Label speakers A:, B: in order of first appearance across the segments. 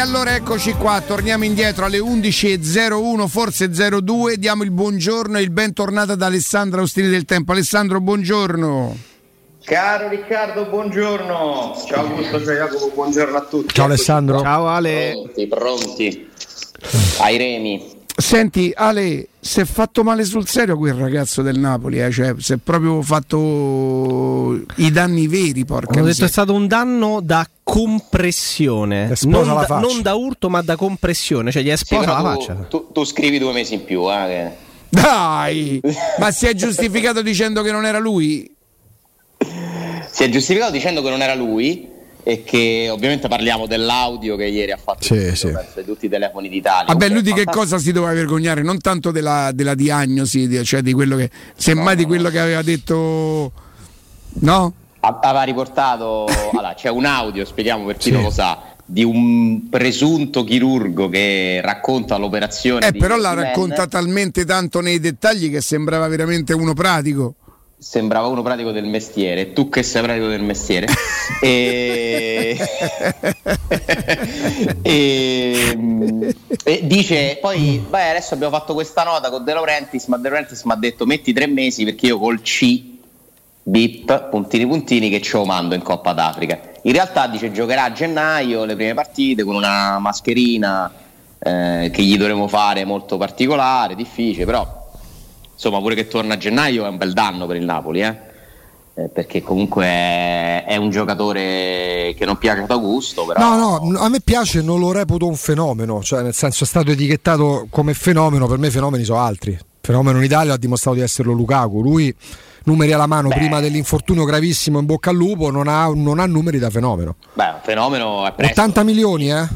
A: allora eccoci qua, torniamo indietro alle 11.01, forse 02, diamo il buongiorno e il bentornato ad Alessandro Austini del Tempo. Alessandro, buongiorno.
B: Caro Riccardo, buongiorno. Ciao Augusto, ciao Jacopo, buongiorno a tutti.
C: Ciao Alessandro.
D: Ciao Ale.
B: Pronti, pronti. Ai remi.
A: Senti, Ale, si è fatto male sul serio quel ragazzo del Napoli, eh? cioè, si è proprio fatto i danni veri, porca
D: Hanno detto
A: miseria.
D: è stato un danno da compressione.
C: Esplosa
D: Non
C: la
D: da,
C: faccia.
D: non da urto, ma da compressione. Cioè, gli è
B: Sì,
D: esplosa
B: però
D: la
B: tu-
D: faccia.
B: tu, tu scrivi due mesi in più, eh, che-
A: Dai, ma si è giustificato dicendo che non era lui?
B: si è giustificato dicendo che non era lui e che ovviamente parliamo dell'audio che ieri ha fatto
C: Sì,
B: il
C: sì.
B: penso, di tutti i telefoni d'Italia.
A: Vabbè, lui di che
B: Fantastico.
A: cosa si doveva vergognare? Non tanto della, della diagnosi, di- cioè di quello che. semmai di quello che aveva detto. No?
B: A- aveva riportato allora, c'è un audio, spieghiamo per chi non lo sa, di un presunto chirurgo che racconta l'operazione
A: Eh,
B: di
A: però la
B: Osimhen.
A: racconta talmente tanto nei dettagli che sembrava veramente uno pratico.
B: sembrava uno pratico del mestiere, tu che sei pratico del mestiere. e... e... mm, e dice poi, beh adesso abbiamo fatto questa nota con De Laurentiis, ma De Laurentiis mi ha detto metti tre mesi perché io col C, bip, puntini puntini che ce lo mando in Coppa d'Africa. In realtà dice giocherà a gennaio le prime partite con una mascherina eh, che gli dovremo fare molto particolare, difficile, però insomma pure che torna a gennaio è un bel danno per il Napoli eh? Eh, perché comunque è, è un giocatore che non piace ad Augusto però
C: No, no, a me piace, non lo reputo un fenomeno, cioè nel senso è stato etichettato come fenomeno, per me i fenomeni sono altri. Fenomeno in Italia ha dimostrato di esserlo Lukaku, lui numeri alla mano prima dell'infortunio gravissimo in bocca al lupo, non ha, non ha numeri da fenomeno.
B: beh un fenomeno è presto
C: 80 milioni, eh?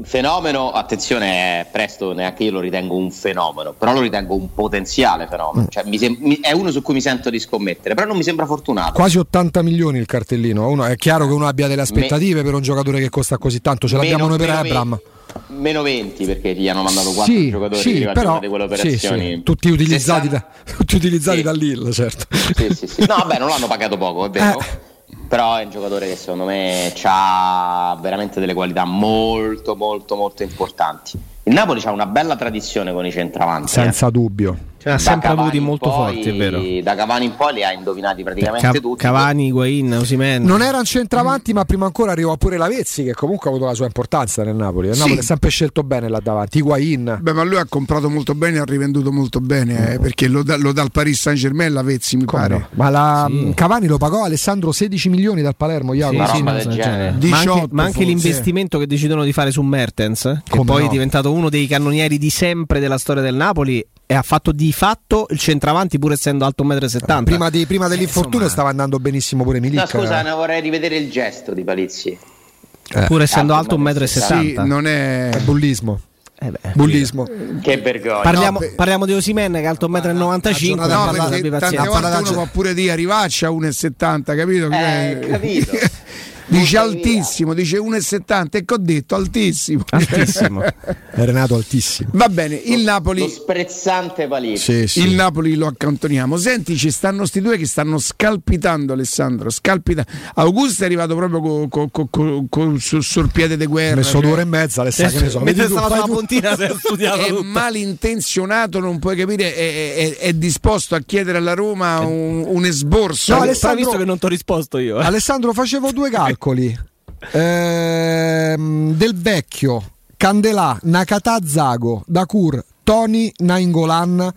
B: il fenomeno attenzione è presto neanche io lo ritengo un fenomeno però lo ritengo un potenziale fenomeno
C: Mm.
B: Cioè, mi sem- mi- è uno su cui mi sento di scommettere però non mi sembra fortunato
C: Quasi 80 milioni il cartellino. Uno- è chiaro che uno abbia delle aspettative per un giocatore che costa così tanto, ce l'abbiamo noi per Abram.
B: meno 20 perché gli hanno mandato 4 giocatori
C: sì,
B: prima
C: però,
B: di quelle
C: sì, sì,
B: operazioni
C: tutti utilizzati,
B: 60
C: da, tutti utilizzati
B: Sì.
C: da Lille, certo.
B: Sì, sì, sì. No, vabbè, non l'hanno pagato poco, è vero.
C: Eh.
B: Però è un giocatore che secondo me ha veramente delle qualità molto, molto, molto importanti. Il Napoli ha una bella tradizione con i centravanti. eh.
C: Senza dubbio.
D: Ce l'ha
B: Da
D: Cioè, sempre
B: Cavani
D: avuti
B: in
D: molto
B: poi-
D: forti, è vero.
B: Da Cavani in poi li ha indovinati praticamente
D: Ca-
B: tutti.
D: Cavani, Guain, Osimen.
C: Non era un centravanti, ma prima ancora arrivò pure la Vezzi, che comunque ha avuto la sua importanza nel Napoli. Il
A: Sì.
C: Napoli ha sempre scelto bene là davanti. Higuain.
A: Beh, ma lui ha comprato molto bene e ha rivenduto molto bene, eh, perché lo dà, lo dà al Paris Saint Germain la Vezzi, mi
C: Come
A: pare.
C: no? Ma la,
D: Sì.
C: mh, Cavani lo pagò Alessandro 16 milioni dal Palermo,
D: Sì,
C: Iago.
B: Una
D: sì,
B: roba
D: no,
B: del
D: cioè,
B: genere.
D: Ma anche,
A: 18
D: ma anche
A: forse.
D: l'investimento che decidono di fare su Mertens, eh, che
C: Come
D: poi
C: no.
D: è diventato uno dei cannonieri di sempre della storia del Napoli e ha fatto di fatto il centravanti pur essendo alto 1,70 m.
C: Prima, di- prima dell'infortunio
D: Cioè, insomma.
C: stava andando benissimo pure
B: No,
C: Milik. Eh,
B: scusa, ne vorrei rivedere il gesto di Palizzi.
D: pur essendo
B: Alto
D: alto 1,70 m.
A: Sì, non è.
C: Eh, Bullismo.
D: Eh beh.
C: Bullismo.
B: Che vergogna.
D: Parliamo,
A: No, beh-
D: parliamo di Osimen che è alto 1,95 m.
A: No,
D: ha parlato
A: perché
D: di
A: tante
D: pazienza.
A: volte uno può pure dire arrivaccia 1,70, capito?
B: Eh,
A: Cioè,
B: capito.
A: dice
B: Porca
A: altissimo, dice 1,70 e che ho detto altissimo.
D: Altissimo.
C: È Renato altissimo.
A: Va bene, il Napoli,
B: Lo sprezzante Palizzi.
A: il Napoli lo accantoniamo. Senti, ci stanno sti due che stanno scalpitando Alessandro, scalpita. Augusto è arrivato proprio co- co- co- co- co- su- sul piede di
C: Ha
A: guerra.
C: messo
A: cioè,
C: due ore e mezza,
D: Eh,
C: Alessandro. Che ne so.
D: Mentre
C: vedi tu,
D: stava
C: fai
D: sulla
C: tu.
D: puntina si è studiato
A: È
D: tutto.
A: malintenzionato, non puoi capire, è, è- è- è disposto a chiedere alla Roma un, un esborso.
C: Eh. No,
D: Però
C: Alessandro-
D: visto che non ti ho risposto io. eh.
C: Alessandro, facevo due calcoli. Ehm, del vecchio, Candelà, Nakata Zago, Dakur, Toni, Nainggolan,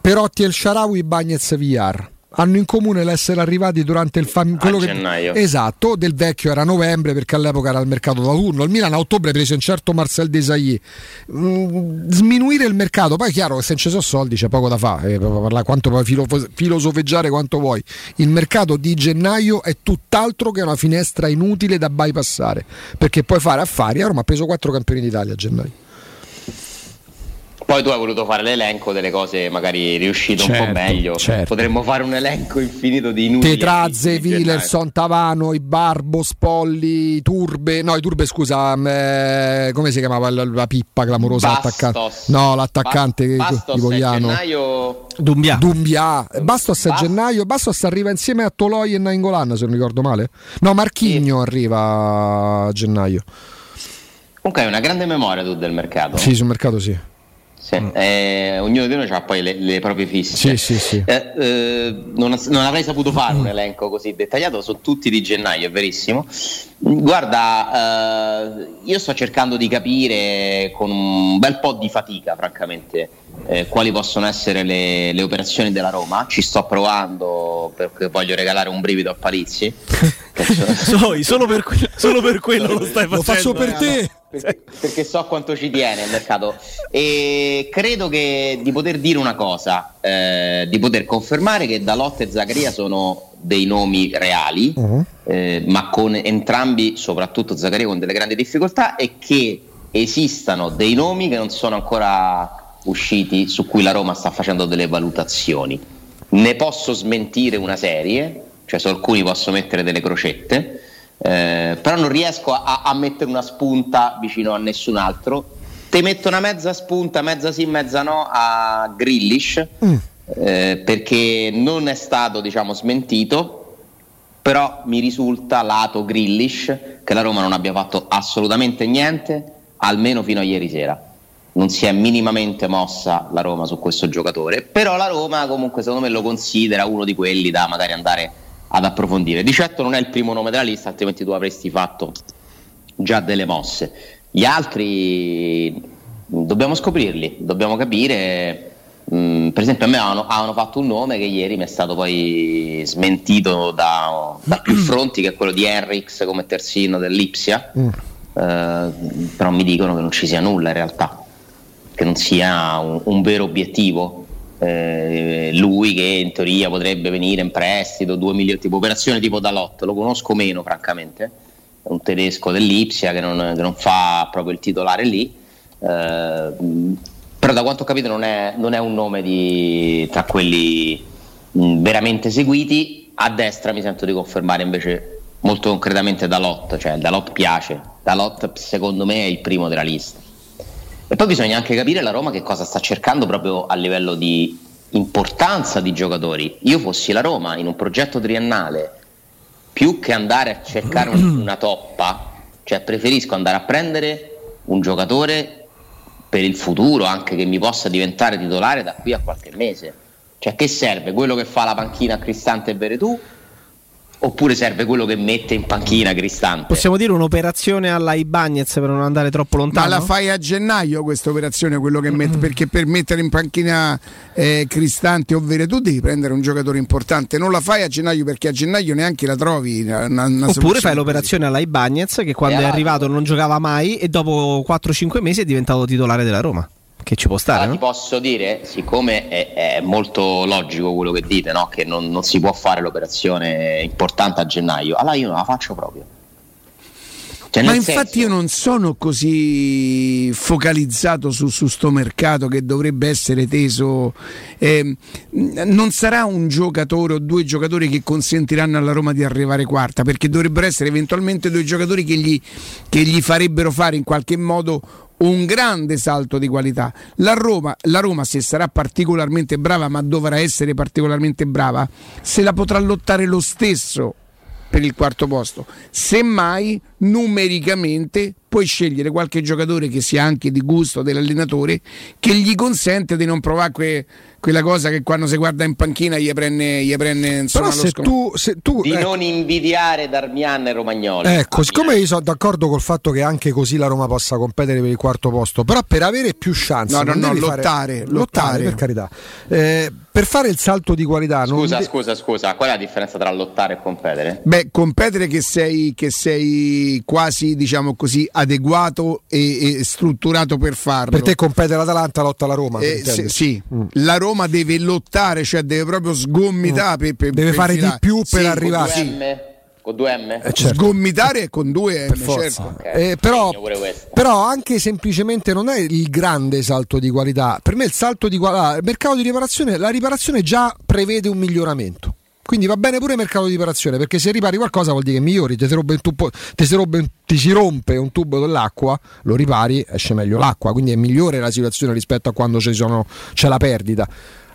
C: Perotti El Sharawi, Bagnez Villar. Hanno in comune l'essere arrivati durante il fam- quello che-
B: gennaio.
C: Esatto, del vecchio era novembre perché all'epoca era il mercato d'autunno. Il Milan a ottobre prese un certo Marcel Desailly. Mm, sminuire il mercato, poi è chiaro che se non ci sono soldi c'è poco da fare, eh, puoi parlare quanto puoi filofo- filosofeggiare quanto vuoi. Il mercato di gennaio è tutt'altro che una finestra inutile da bypassare, perché puoi fare affari. A Roma ha preso quattro campioni d'Italia a gennaio.
B: Poi tu hai voluto fare l'elenco delle cose magari riuscite un po'
C: Certo,
B: meglio.
C: certo.
B: Potremmo fare un elenco infinito di inutili.
C: Tetrazze,
B: acquisti di gennaio.
C: Wilerson, Tavano, I Barbo, Spolli, Turbe. No, i Turbe, scusa, mm, eh, come si chiamava la, la pippa clamorosa?
B: Bastos.
C: attaccante? No, l'attaccante
B: Ba-
C: di-
B: Bastos
C: di
B: è
C: Vogliano.
B: gennaio
D: Dumbia.
C: Dumbia, eh, Bastos a
B: Bas-
C: gennaio, Bastos arriva insieme a Toloi e Nainggolan se non ricordo male. No, Marchigno arriva a gennaio.
B: Comunque hai una grande memoria tu del mercato.
C: Sì, sul mercato sì.
B: Sì, eh, ognuno di noi ha poi le, le proprie fisse.
C: Mm. Sì, sì, sì. Mm.
B: Eh, eh, non, non avrei saputo fare un elenco così dettagliato, sono tutti di gennaio, è verissimo. Guarda, eh, io sto cercando di capire con un bel po' di fatica, francamente, eh, quali possono essere le, le operazioni della Roma. Ci sto provando perché voglio regalare un brivido a Palizzi.
D: Soi, solo, per que- solo per quello lo stai facendo. Eh,
C: Lo faccio per te.
B: perché, perché so quanto ci tiene il mercato e credo che di poter dire una cosa eh, di poter confermare che Dalot e Zaccaria sono dei nomi reali
C: Mhm.
B: eh, ma con entrambi soprattutto Zaccaria con delle grandi difficoltà e che esistano dei nomi che non sono ancora usciti su cui la Roma sta facendo delle valutazioni ne posso smentire una serie cioè su alcuni posso mettere delle crocette eh, però non riesco a- a, a mettere una spunta vicino a nessun altro. Te metto una mezza spunta, mezza sì, mezza no a Grillish eh, perché non è stato diciamo smentito. Però mi risulta lato Grillish che la Roma non abbia fatto assolutamente niente, almeno fino a ieri sera. Non si è minimamente mossa la Roma su questo giocatore, però la Roma comunque secondo me lo considera uno di quelli da magari andare ad approfondire. Di certo non è il primo nome della lista, altrimenti tu avresti fatto già delle mosse. Gli altri dobbiamo scoprirli, dobbiamo capire. Mm, per esempio, a me hanno, hanno fatto un nome che ieri mi è stato poi smentito da, da più fronti, che è quello di Henrix come terzino dell'Ipsia. Eh, però mi dicono che non ci sia nulla in realtà, che non sia un, un vero obiettivo. Eh, lui che in teoria potrebbe venire in prestito, 2 milioni, tipo operazione tipo Dalot, lo conosco meno francamente, è un tedesco dell'Ipsia che non, che non fa proprio il titolare lì, eh, mh, però da quanto ho capito non è, non è un nome di, tra quelli mh, veramente seguiti, a destra mi sento di confermare invece molto concretamente Dalot, cioè Dalot piace, Dalot secondo me è il primo della lista. E poi bisogna anche capire la Roma che cosa sta cercando proprio a livello di importanza di giocatori. Io fossi la Roma in un progetto triennale, più che andare a cercare un- una toppa, cioè preferisco andare a prendere un giocatore per il futuro, anche che mi possa diventare titolare da qui a qualche mese. Cioè che serve quello che fa la panchina a Cristante e Veretù oppure serve quello che mette in panchina Cristante?
D: Possiamo dire un'operazione alla Ibagnez per non andare troppo
A: Ma
D: lontano?
A: la fai a gennaio questa operazione, quello che met- perché per mettere in panchina eh, Cristante, ovvero tu devi prendere un giocatore importante, non la fai a gennaio perché a gennaio neanche la trovi. una- una- una
D: Oppure
A: soluzione
D: fai
A: così.
D: l'operazione alla Ibagnez che quando
B: E
D: è
B: alla-
D: arrivato non giocava mai e dopo 4-5 mesi è diventato titolare della Roma. Che ci può stare,
B: Allora,
D: no?
B: ti posso dire, siccome è, è molto logico quello che dite, no? che non, non si può fare l'operazione importante a gennaio, allora io non la faccio proprio. Cioè,
A: Ma
B: nel
A: infatti
B: senso-
A: io non sono così focalizzato su, su sto mercato che dovrebbe essere teso. ehm, n- non sarà un giocatore o due giocatori che consentiranno alla Roma di arrivare quarta, perché dovrebbero essere eventualmente due giocatori che gli, che gli farebbero fare in qualche modo un grande salto di qualità. La Roma, la Roma, se sarà particolarmente brava, ma dovrà essere particolarmente brava, se la potrà lottare lo stesso per il quarto posto. Semmai numericamente puoi scegliere qualche giocatore che sia anche di gusto dell'allenatore che gli consente di non provare que- quella cosa che quando si guarda in panchina gli prende, gli prende insomma
C: Però se
A: lo scom-
C: tu, se tu
B: di
A: eh.
C: ecco,
B: non invidiare Darmian e Romagnoli.
C: Ecco,
B: Ah,
C: siccome io sono d'accordo col fatto che anche così la Roma possa competere per il quarto posto, però per avere più chance,
A: No, no,
C: non
A: no,
C: devi
A: lottare,
C: fare,
A: lottare.
C: per carità. Eh, per fare il salto di qualità, non
B: Scusa,
C: de-
B: scusa, scusa, qual è la differenza tra lottare e competere?
A: Beh, competere che sei, che sei quasi, diciamo così, adeguato e, e strutturato per farlo.
C: per te compete l'Atalanta, lotta la Roma. per
A: Eh, se-
C: intenderci.
A: sì,
C: Mm.
A: la Roma deve lottare, cioè deve proprio sgomitare. per- per-
C: Mm. Deve
A: per
C: fare di
A: filare.
C: più per
A: Sì,
B: Con
C: arrivare.
B: 2 M? Con 2 M?
C: Eh, certo.
A: Sgomitare con due M,
C: per forza.
A: certo.
C: Eh, però,
B: Segno pure questo.
C: però anche semplicemente non è il grande salto di qualità. Per me il salto di qualità, il mercato di riparazione, la riparazione già prevede un miglioramento. Quindi va bene pure il mercato di riparazione, perché se ripari qualcosa vuol dire che migliori, te si rompe un tubo- te si rompe un- ti si rompe un tubo dell'acqua, lo ripari, esce meglio l'acqua, quindi è migliore la situazione rispetto a quando ci sono- c'è la perdita.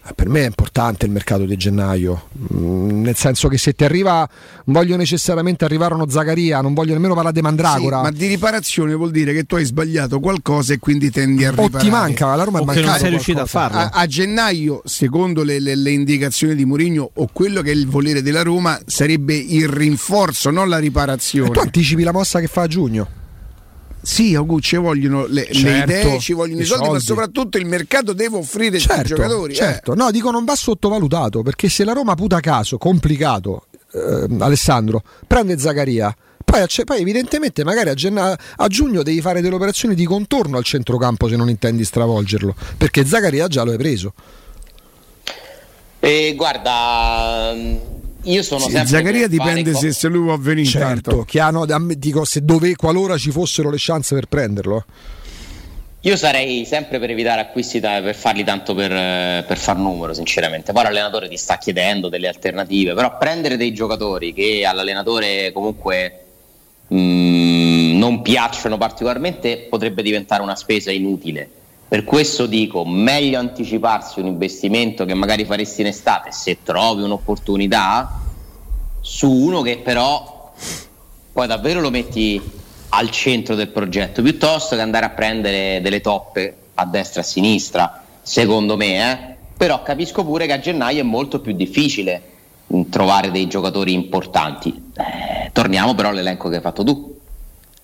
C: Eh, per me è importante il mercato di gennaio, mm, nel senso che se ti arriva, non voglio necessariamente arrivare a uno Zagaria, non voglio nemmeno parlare di Mandragora.
A: ma di riparazione vuol dire che tu hai sbagliato qualcosa e quindi tendi a
C: o
A: riparare.
C: Oh, ti manca, la Roma è
D: O che non
C: mancata. Ah.
D: sei riuscito a farlo.
A: A, a gennaio, secondo le, le- le indicazioni di Mourinho, o quello che è il volere della Roma, sarebbe il rinforzo, non la
C: E
A: riparazione.
C: tu anticipi la mossa che fa a giugno.
A: Sì, Augu, ci vogliono le, le
C: Certo,
A: idee, ci vogliono i
C: i
A: soldi, ma
C: soldi.
A: soprattutto il mercato deve offrire ai
C: certo,
A: giocatori. eh.
C: certo. no dico non va sottovalutato perché se la Roma puta caso complicato ehm, Alessandro prende Zagaria poi, acce- poi evidentemente magari a, genna- a giugno devi fare delle operazioni di contorno al centrocampo se non intendi stravolgerlo perché Zagaria già lo hai preso
B: E Eh, guarda, io sono
A: Sì,
B: sempre.
A: Zaccaria
B: per fare
A: dipende
B: co-
A: se, se lui può venire
C: Certo.
D: certo.
A: intanto.
C: chiaro, damm- dico se dove qualora ci fossero le chance per prenderlo
B: Io sarei sempre per evitare acquisti da- per farli tanto per, eh, per far numero, sinceramente. Poi l'allenatore ti sta chiedendo delle alternative, però prendere dei giocatori che all'allenatore comunque mh, non piacciono particolarmente potrebbe diventare una spesa inutile. Per questo dico, meglio anticiparsi un investimento che magari faresti in estate se trovi un'opportunità su uno che però poi davvero lo metti al centro del progetto piuttosto che andare a prendere delle toppe a destra e a sinistra, secondo me. eh. Però capisco pure che a gennaio è molto più difficile mm, trovare dei giocatori importanti. Eh, torniamo però all'elenco che hai fatto tu,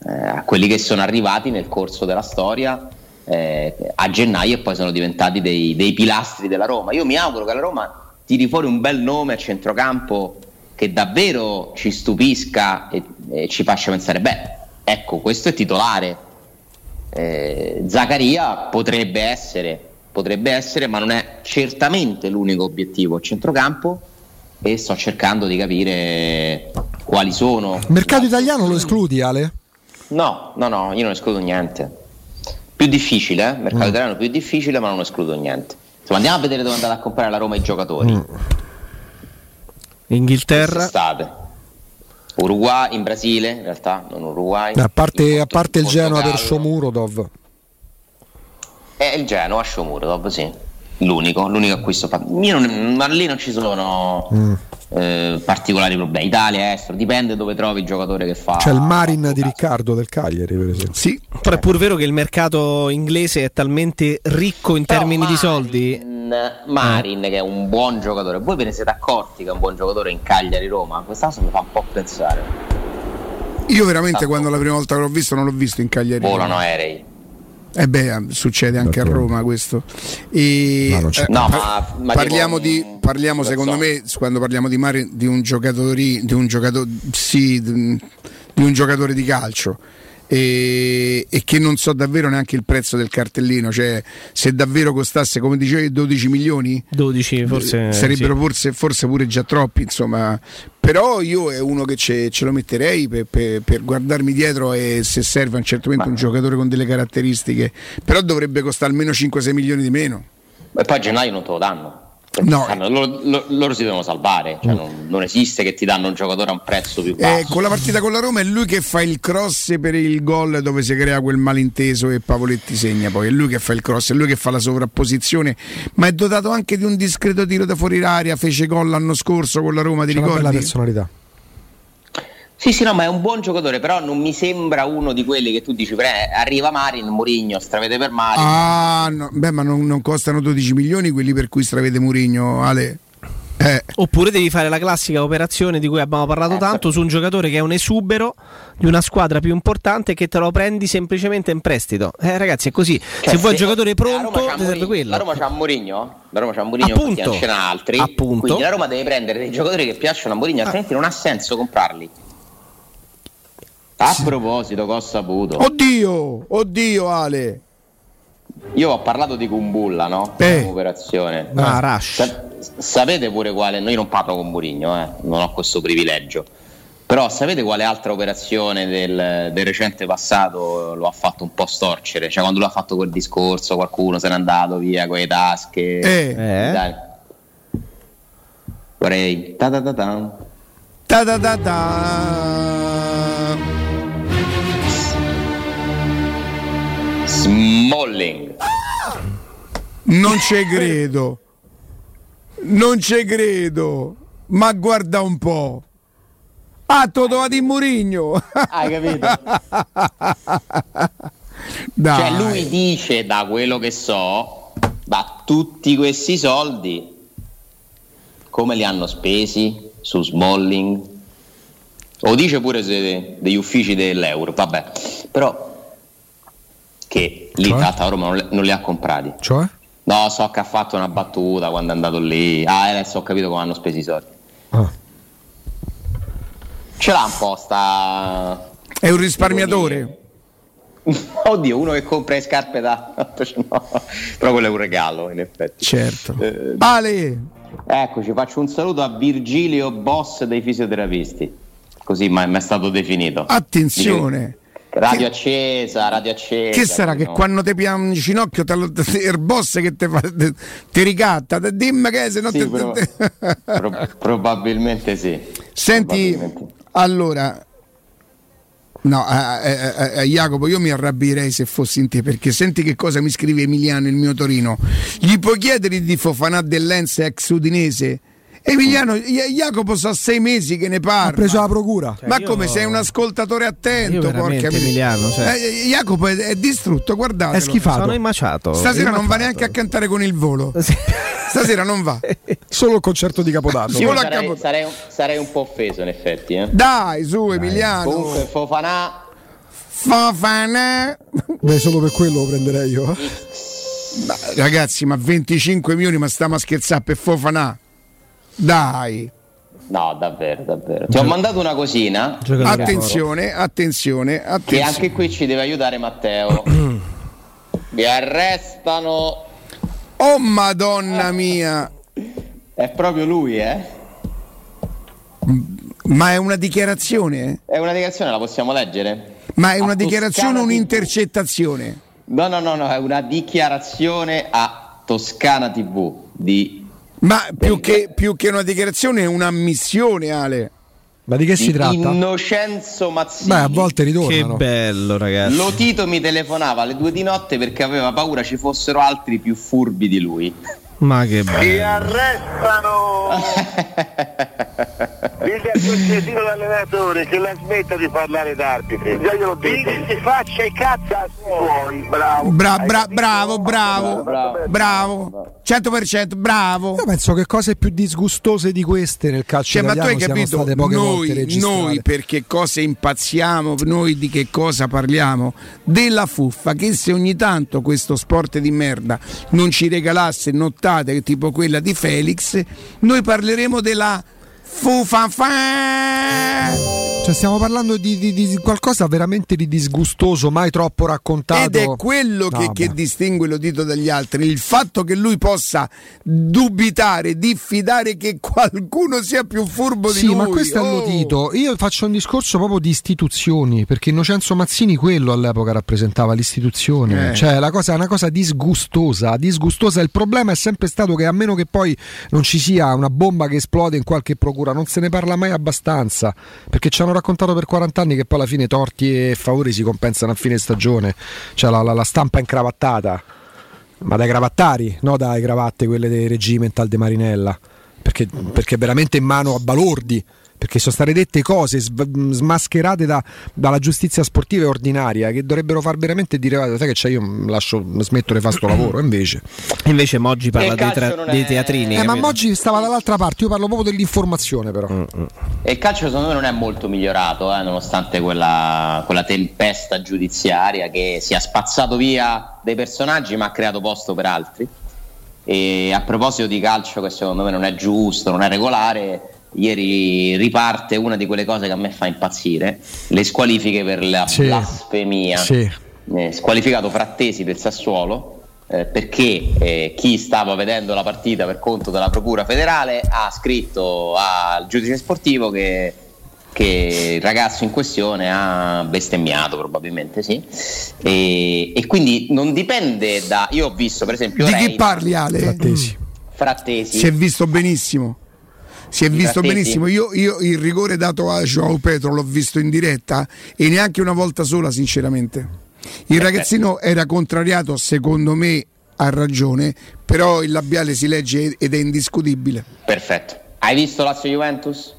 B: eh, a quelli che sono arrivati nel corso della storia eh, a gennaio e poi sono diventati dei, dei pilastri della Roma. Io mi auguro che la Roma tiri fuori un bel nome a centrocampo che davvero ci stupisca e, e ci faccia pensare, beh, ecco, questo è titolare. Eh, Zaccaria potrebbe essere, potrebbe essere, ma non è certamente l'unico obiettivo a centrocampo e sto cercando di capire quali sono.
C: mercato italiano lo escludi Ale?
B: No, no, no, io non escludo niente. Più difficile, eh? mercato
C: Mm.
B: italiano più difficile, ma non escludo niente. Insomma, andiamo a vedere dove andare a comprare la Roma i giocatori.
C: Mm.
D: Inghilterra,
B: Estate. eh. Uruguay, in Brasile, in realtà, non Uruguay.
C: a parte,
B: In
C: a parte il
B: Porto-
C: Genoa per
B: Portogallo.
C: Shomurodov
B: Eh, il Genoa, Shomurodov, sì. L'unico, l'unico acquisto fatto. Io non- ma lì non ci sono
C: Mm.
B: eh, particolari problemi. Italia, estero, dipende dove trovi il giocatore che fa.
C: c'è il Marin di
B: Riccardo
C: Riccardo del Cagliari per esempio
A: Sì,
D: però è pur vero che il mercato inglese è talmente ricco in
B: Però
D: termini di
B: Marin-
D: soldi.
B: Marin, che è un buon giocatore, voi ve ne siete accorti che è un buon giocatore in Cagliari-Roma? Questa cosa mi fa un po' pensare.
A: io veramente
B: Tanto.
A: quando la prima volta che l'ho visto non l'ho visto in Cagliari.
B: Volano aerei.
A: Eh beh, succede anche a
C: D'accordo.
A: Roma questo. E, eh,
C: No, non c'è.
B: No,
A: par-
B: ma- ma
A: parliamo
B: tipo
A: di,
B: un-
A: parliamo
B: non
A: secondo
B: so.
A: me, s- quando parliamo di Mare, di un giocatore, di un giocatore, sì, di un- di un giocatore di calcio. E, e che non so davvero neanche il prezzo del cartellino, cioè se davvero costasse come dicevi 12 milioni
D: 12 forse
A: Eh, sarebbero
D: sì.
A: forse, forse pure già troppi, insomma. Però io è uno che ce, ce lo metterei per, per- per guardarmi dietro e se serve a un certo momento
B: Ma-
A: un giocatore con delle caratteristiche. Però dovrebbe costare almeno 5-6 milioni di meno.
B: E poi a gennaio non te lo danno. Perché
A: No.
B: sanno- loro, lo- loro si devono salvare. Cioè, non, non esiste che ti danno un giocatore a un prezzo più
A: Eh,
B: basso.
A: con la partita con la Roma è lui che fa il cross per il gol dove si crea quel malinteso e Pavoletti segna poi, è lui che fa il cross, è lui che fa la sovrapposizione, ma è dotato anche di un discreto tiro da fuori l'area, fece gol l'anno scorso con la Roma, ti
C: c'è una bella
A: ricordi?
C: personalità
B: Sì, sì, no, ma è un buon giocatore, però non mi sembra uno di quelli che tu dici, "Pre- arriva Marin, Mourinho, stravede per Marin.
A: Ah, no, beh, ma non, non costano 12 milioni quelli per cui stravede Murigno, Ale. Eh,
D: Oppure devi fare la classica operazione di cui abbiamo parlato
B: Ecco.
D: tanto su un giocatore che è un esubero di una squadra più importante che te lo prendi semplicemente in prestito. Eh, ragazzi, è così.
B: Cioè,
D: se vuoi un
B: se-
D: giocatore
B: la
D: pronto,
B: Roma c'ha
D: ti serve
B: Mourinho- La
D: quello.
B: Roma c'ha Mourinho? La Roma c'ha Mourinho
D: Appunto.
B: perché non ce n'ha altri.
D: Appunto.
B: Quindi la Roma deve prendere dei giocatori che piacciono a Mourinho, altrimenti non ha senso comprarli. A proposito, cosa ho saputo?
A: Oddio, oddio Ale.
B: Io ho parlato di Kumbulla, no?
A: Eh.
B: Come Operazione.
D: Ah, Rush.
B: Sa- sapete pure quale, noi non parlo con Mourinho, eh, non ho questo privilegio, però sapete quale altra operazione del, del recente passato lo ha fatto un po' storcere, cioè quando lui ha fatto quel discorso qualcuno se n'è andato via con le tasche,
A: Eh.
D: Eh.
B: Dai. vorrei... ta ta ta ta.
A: Ta ta ta ta.
B: Smalling,
A: Non ci credo. Non ci credo, ma guarda un po'. Ah, Totò di Murigno.
B: Hai capito?
A: Dai.
B: Cioè lui dice da quello che so, da tutti questi soldi, come li hanno spesi su Smalling? O dice pure se degli uffici dell'euro, vabbè, però che lì
C: Cioè?
B: tanto a Roma non li, non li ha comprati.
C: Cioè?
B: No, so che ha fatto una battuta quando è andato lì. Ah, adesso ho capito come hanno speso i soldi.
C: Ah.
B: Ce l'ha un po' sta...
A: È un risparmiatore.
B: Oddio, uno che compra le scarpe da 800. Però quello è un regalo, in effetti.
A: Certo.
B: Eh,
A: Ale,
B: Eccoci, Ecco, faccio un saluto a Virgilio Boss dei fisioterapisti. Così ma- mi è stato definito.
A: Ah, attenzione.
B: Radio accesa, radio accesa.
A: Che sarà che
B: no?
A: quando ti piano in ginocchio te lo- te- il boss che te fa- te- ti ricatta? Te- Dimmi che se no
B: Sì,
A: te-
B: però-
A: te-
B: pro- probabilmente sì.
A: Senti,
B: Probabilmente.
A: allora, no, eh, a, a- a- a Jacopo, io mi arrabbierei se fossi in te perché senti che cosa mi scrive Emiliano, il mio Torino. Gli puoi chiedere di Fofanà dell'Ense ex udinese? Emiliano, I- Jacopo sa sei mesi che ne
C: Mm. Ha
A: parla.
C: preso la procura.
A: Ma
D: Cioè, io-
A: come sei un ascoltatore
D: Io
A: attento,
D: veramente,
A: porca miseria.
D: Emiliano, cioè.
A: Eh, Jacopo è, è distrutto, guardate.
C: È schifato.
D: Sono immaciato.
A: Stasera non va
D: Immaciato.
A: neanche a cantare con il volo.
D: Sì.
A: Stasera non va.
C: Solo il concerto di Capodanno.
A: Sì.
B: Io
A: Solo a
B: sarei,
A: capo-
B: sarei un, sarei un po' offeso, in effetti. eh.
A: Dai, su Emiliano.
B: Comunque, Fofanà
A: Fofanà.
C: Beh, solo per quello lo prenderei io. eh.
A: Ma, Eh, ragazzi, ma 25 milioni, ma stiamo a scherzare per Fofanà. Dai.
B: No, davvero, davvero. Ti ho mandato una cosina
D: Giocatore
A: Attenzione, attenzione,
B: che
A: attenzione.
B: anche qui ci deve aiutare Matteo. Vi arrestano.
A: Oh madonna mia.
B: È proprio lui, eh?
A: Ma è una dichiarazione? eh?
B: È una dichiarazione, la possiamo leggere?
A: Ma è
B: A
A: una dichiarazione o
B: Toscana
A: un'intercettazione?
B: No, no, no, no, è una dichiarazione a Toscana TV di,
A: Ma più
B: eh.
A: che, più che una dichiarazione è un'ammissione, Ale.
C: Ma di che
B: di
C: si tratta?
B: Innocenzo Mazzini.
C: Beh, a volte
D: Che
C: ritornano.
D: bello, ragazzi.
B: Lo Tito mi telefonava alle due di notte perché aveva paura ci fossero altri più furbi di lui.
D: Ma che
E: Ti
D: bello.
E: arrestano! Dite al successivo allenatore che la smetta di parlare d'arbitri. Già glielo dico. Dite si faccia i cazzi suoi, bravo.
A: Bra-
E: Hai
A: bra-
E: capito?
A: bravo, bravo,
B: Bravo.
A: bravo, 100%, bravo.
C: Io penso che cose più disgustose di queste nel calcio
A: Cioè, ma tu
C: italiano
A: hai
C: siano
A: capito
C: state poche volte
A: noi,
C: registrate.
A: noi per che cosa impazziamo, noi di che cosa parliamo? Della fuffa, che se ogni tanto questo sport di merda non ci regalasse nottate tipo quella di Felix, noi parleremo della fufanfa
C: Cioè, stiamo parlando di, di- di qualcosa veramente di disgustoso, mai troppo raccontato.
A: ed è quello
C: No,
A: che, che
C: ma-
A: distingue Lodito dagli altri, il fatto che lui possa dubitare, diffidare che qualcuno sia più furbo di
C: Sì,
A: lui.
C: ma questo è
A: Oh!
C: alludito. Io faccio un discorso proprio di istituzioni, perché Innocenzo Mazzini quello all'epoca rappresentava l'istituzione.
A: Eh.
C: Cioè, la cosa è una cosa disgustosa, disgustosa. Il problema è sempre stato che a meno che poi non ci sia una bomba che esplode in qualche procura, non se ne parla mai abbastanza, perché ci hanno raccontato per 40 anni che poi alla fine torti e favori si compensano a fine stagione. Cioè, la, la- la stampa incravattata. Ma dai cravattari, no dai cravatte, quelle dei regimental de Marinella. Perché, perché veramente in mano a balordi. Perché sono state dette cose sv- smascherate da- dalla giustizia sportiva e ordinaria che dovrebbero far veramente dire: "Guarda, sai che c'è, io m- lascio, m- smetto di fare sto lavoro. Invece,
D: Invece Moggi parla
B: Nel
D: dei,
B: calcio
D: tra-
B: non
D: dei
B: è-
D: teatrini.
C: eh, ma
D: capito?
C: oggi stava dall'altra parte. Io parlo proprio dell'informazione, però.
B: Mm. E il calcio secondo me non è molto migliorato, eh, nonostante quella, quella tempesta giudiziaria che si è spazzato via dei personaggi ma ha creato posto per altri. E a proposito di calcio che secondo me non è giusto, non è regolare, ieri riparte una di quelle cose che a me fa impazzire, le squalifiche per la
C: Sì.
B: blasfemia.
C: Sì.
B: Eh, squalificato Frattesi del Sassuolo eh, perché eh, chi stava vedendo la partita per conto della Procura federale ha scritto al giudice sportivo che, che il ragazzo in questione ha bestemmiato probabilmente sì e, e quindi non dipende da io ho visto per esempio
A: Di chi
B: Reina,
A: parli Ale?
C: Frattesi.
B: Frattesi
A: si è visto benissimo. Si è visto
B: Frattesi.
A: benissimo. Io, io il rigore dato a Joao Petro l'ho visto in diretta e
B: Eh,
A: neanche una volta sola, sinceramente. Il ragazzino era contrariato, secondo me, ha ragione, però il labiale si legge ed è indiscutibile.
B: Perfetto. Hai visto Lazio Juventus?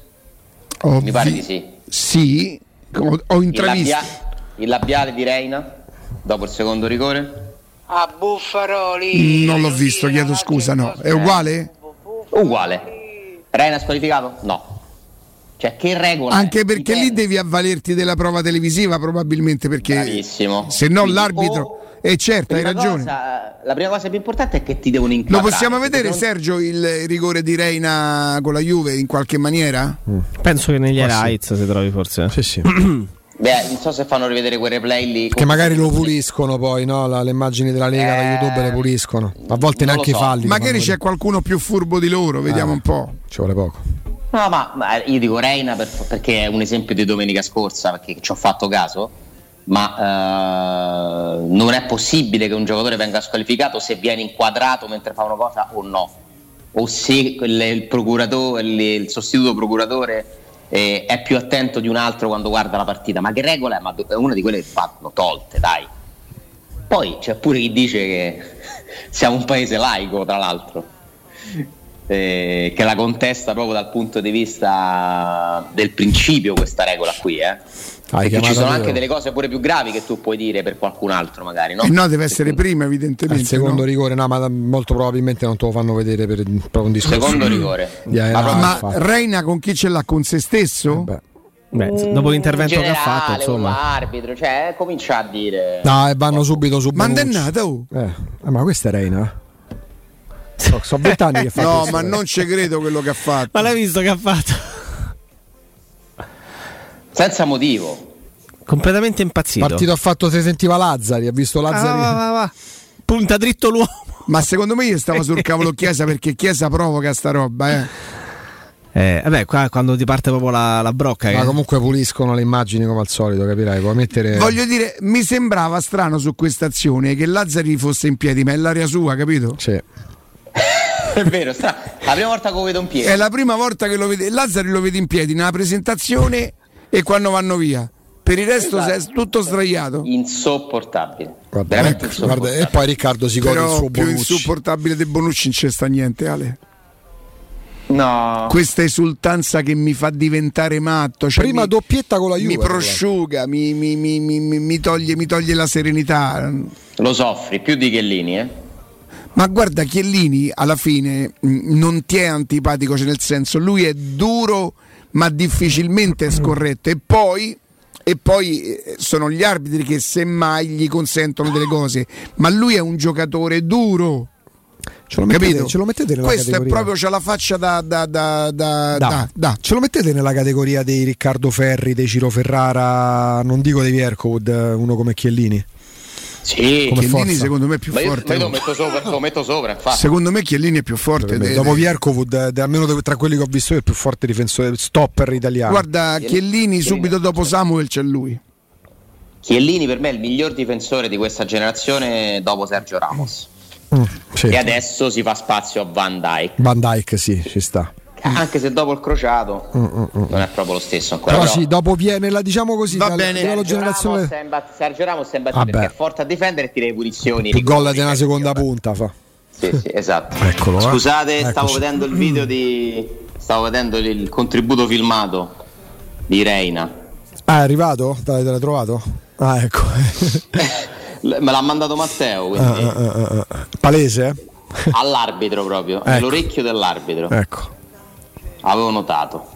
A: Ovvi-
B: Mi pare di sì.
A: Sì, ho, ho
B: Il,
A: intravisto.
B: labbia- il labiale di Reina dopo il secondo rigore?
F: A Buffaroli.
A: Mm, Non l'ho visto, chiedo scusa, no. È uguale?
B: Uguale. Reina squalificato? No. Cioè che regola? Cioè, è?
A: Anche perché lì
B: Dipende.
A: devi avvalerti della prova televisiva, probabilmente perché
B: Bravissimo.
A: se no
B: Quindi,
A: l'arbitro...
B: o-
A: E certo, hai
B: prima
A: ragione.
B: cosa- la prima cosa più importante è che ti devono
A: Lo
B: inquadrare.
A: possiamo vedere,
B: Ti devono-
A: Sergio, il rigore di Reina con la Juve in qualche maniera?
D: Penso che negli Rights si trovi forse.
C: Sì, sì.
B: Beh, non so se fanno rivedere quel replay lì.
C: Che magari lo puliscono poi, no? La- le immagini della Lega da
B: Eh,
C: YouTube le puliscono. A volte
B: non lo
C: neanche i
B: so.
C: falli. li
A: Magari
C: fanno
A: c'è qualcuno più furbo di loro, vediamo
C: Ah.
A: un po'.
C: vedere. Ci vuole poco.
B: No, ma, ma io dico Reina per- perché è un esempio di domenica scorsa, perché ci ho fatto caso, ma eh, non è possibile che un giocatore venga squalificato se viene inquadrato mentre fa una cosa o no, o se quel- il, procuratore, il- il sostituto procuratore eh, è più attento di un altro quando guarda la partita, ma che regola è? Ma do- è una di quelle che fanno tolte, dai. Poi c'è pure chi dice che siamo un paese laico, tra l'altro, eh, che la contesta proprio dal punto di vista del principio questa regola qui. Eh. Perché
C: chiamato
B: ci sono
C: io.
B: anche delle cose pure più gravi che tu puoi dire per qualcun altro, magari. No,
A: E Eh, no, deve essere prima, evidentemente.
C: Al secondo
A: no?
C: rigore, no, ma da- molto probabilmente non te lo fanno vedere per proprio un discorso.
B: Secondo rigore.
C: di
B: Ma proprio-
A: Ma
C: Ah, infatti. Eh
A: Reina con chi ce l'ha? Con se stesso?
C: Beh.
D: Beh, s- dopo l'intervento
B: In
D: che ha fatto,
B: generale, con
D: insomma.
B: l'arbitro, cioè, comincia a dire.
C: No, e vanno subito su
A: Ma
C: Bonucci.
A: dannata, oh.
C: Eh, eh, ma questa è Reina? eh. So, sono vent'anni che fa
A: No,
C: questo,
A: ma
C: eh.
A: non ci credo quello che ha fatto.
D: Ma l'hai visto che ha fatto?
B: Senza motivo.
D: Completamente impazzito.
C: Partito ha fatto se sentiva Lazzari, ha visto
D: Ah, va,
C: Lazzari.
D: va, va, va. Punta dritto l'uomo.
A: Ma secondo me io stavo sul cavolo Chiesa perché Chiesa provoca sta roba, eh.
D: Eh, vabbè, qua quando ti parte proprio la, la brocca. eh.
C: Ma
D: che-
C: comunque puliscono le immagini come al solito, capirai? Puoi mettere
A: Voglio dire, mi sembrava strano su questa azione che Lazzari fosse in piedi, ma è l'area sua, capito?
C: Sì.
B: È vero, sta... la prima volta che lo vedo in piedi.
A: È la prima volta che Eh, lo vede. Lazzari lo vede in piedi nella presentazione e quando vanno via. Per il resto
B: Esatto.
A: sei tutto sdraiato.
B: Insopportabile.
C: Guarda,
B: Veramente
C: ecco, guarda,
B: insopportabile.
C: e poi Riccardo si gode il
A: Però
C: suo
A: più
C: Bonucci.
A: insopportabile di Bonucci non c'è sta niente, Ale.
B: No.
A: Questa esultanza che mi fa diventare matto. cioè
C: Prima
A: mi,
C: doppietta con la Juve.
A: mi
C: tra l'altro.
A: prosciuga, mi, mi- mi- mi- mi- mi toglie, mi toglie la serenità.
B: Lo soffri più di Chiellini, eh?
A: Ma guarda, Chiellini alla fine mh, non ti è antipatico, cioè nel senso lui è duro ma difficilmente è scorretto e poi, e poi eh, sono gli arbitri che semmai gli consentono delle cose, ma lui è un giocatore duro.
C: Ce lo mettete,
A: Capito?
C: ce lo mettete nella
A: Questo
C: categoria.
A: è proprio, c'ha la faccia da... da, da, da,
C: Da.
A: da- da.
C: Ce lo mettete nella categoria dei Riccardo Ferri, dei Ciro Ferrara, non dico dei Viercode, uno come Chiellini.
B: Sì.
C: Come
A: Chiellini
C: forza.
A: secondo me è più
B: Ma io, ma
A: forte.
B: io lo metto sopra, lo metto sopra, infatti.
A: Secondo me Chiellini è più forte. de-
C: Dopo
A: de-
C: Viercovud, eh, de- almeno de- tra quelli che ho visto, io è il più forte difensore, stopper italiano.
A: Guarda, Chiellini
B: Chiellini-
A: subito dopo Samuel c'è lui.
B: Chiellini per me è il miglior difensore di questa generazione dopo Sergio Ramos.
C: Mm, sì.
B: E adesso si fa spazio a Van Dyke.
C: Van Dyke, sì, ci sta.
B: Anche se dopo il crociato
C: Mm,
B: non è proprio lo stesso ancora.
C: Però,
B: Però
C: sì, dopo viene, la diciamo così,
A: Va
C: dal-
A: bene.
C: dalla
B: Sergio,
C: generazione
B: Ramos è imbat- Sergio Ramos è
C: Vabbè.
B: imbattibile perché è forte a difendere e tira le punizioni.
C: più gol
B: rigori,
C: della seconda
B: vabbè.
C: punta fa.
B: Sì, sì, esatto.
C: Eccolo, eh.
B: Scusate, stavo
C: Eccoci.
B: vedendo il video di. Stavo vedendo il contributo filmato di Reina.
C: Ah, è arrivato? Dai, te l'hai trovato? Ah, ecco.
B: L- Me l'ha mandato Matteo,
C: Ah,
B: quindi
C: ah, ah, ah. Palese? eh?
B: all'arbitro proprio, nell'orecchio dell'arbitro.
C: Ecco.
B: Avevo notato.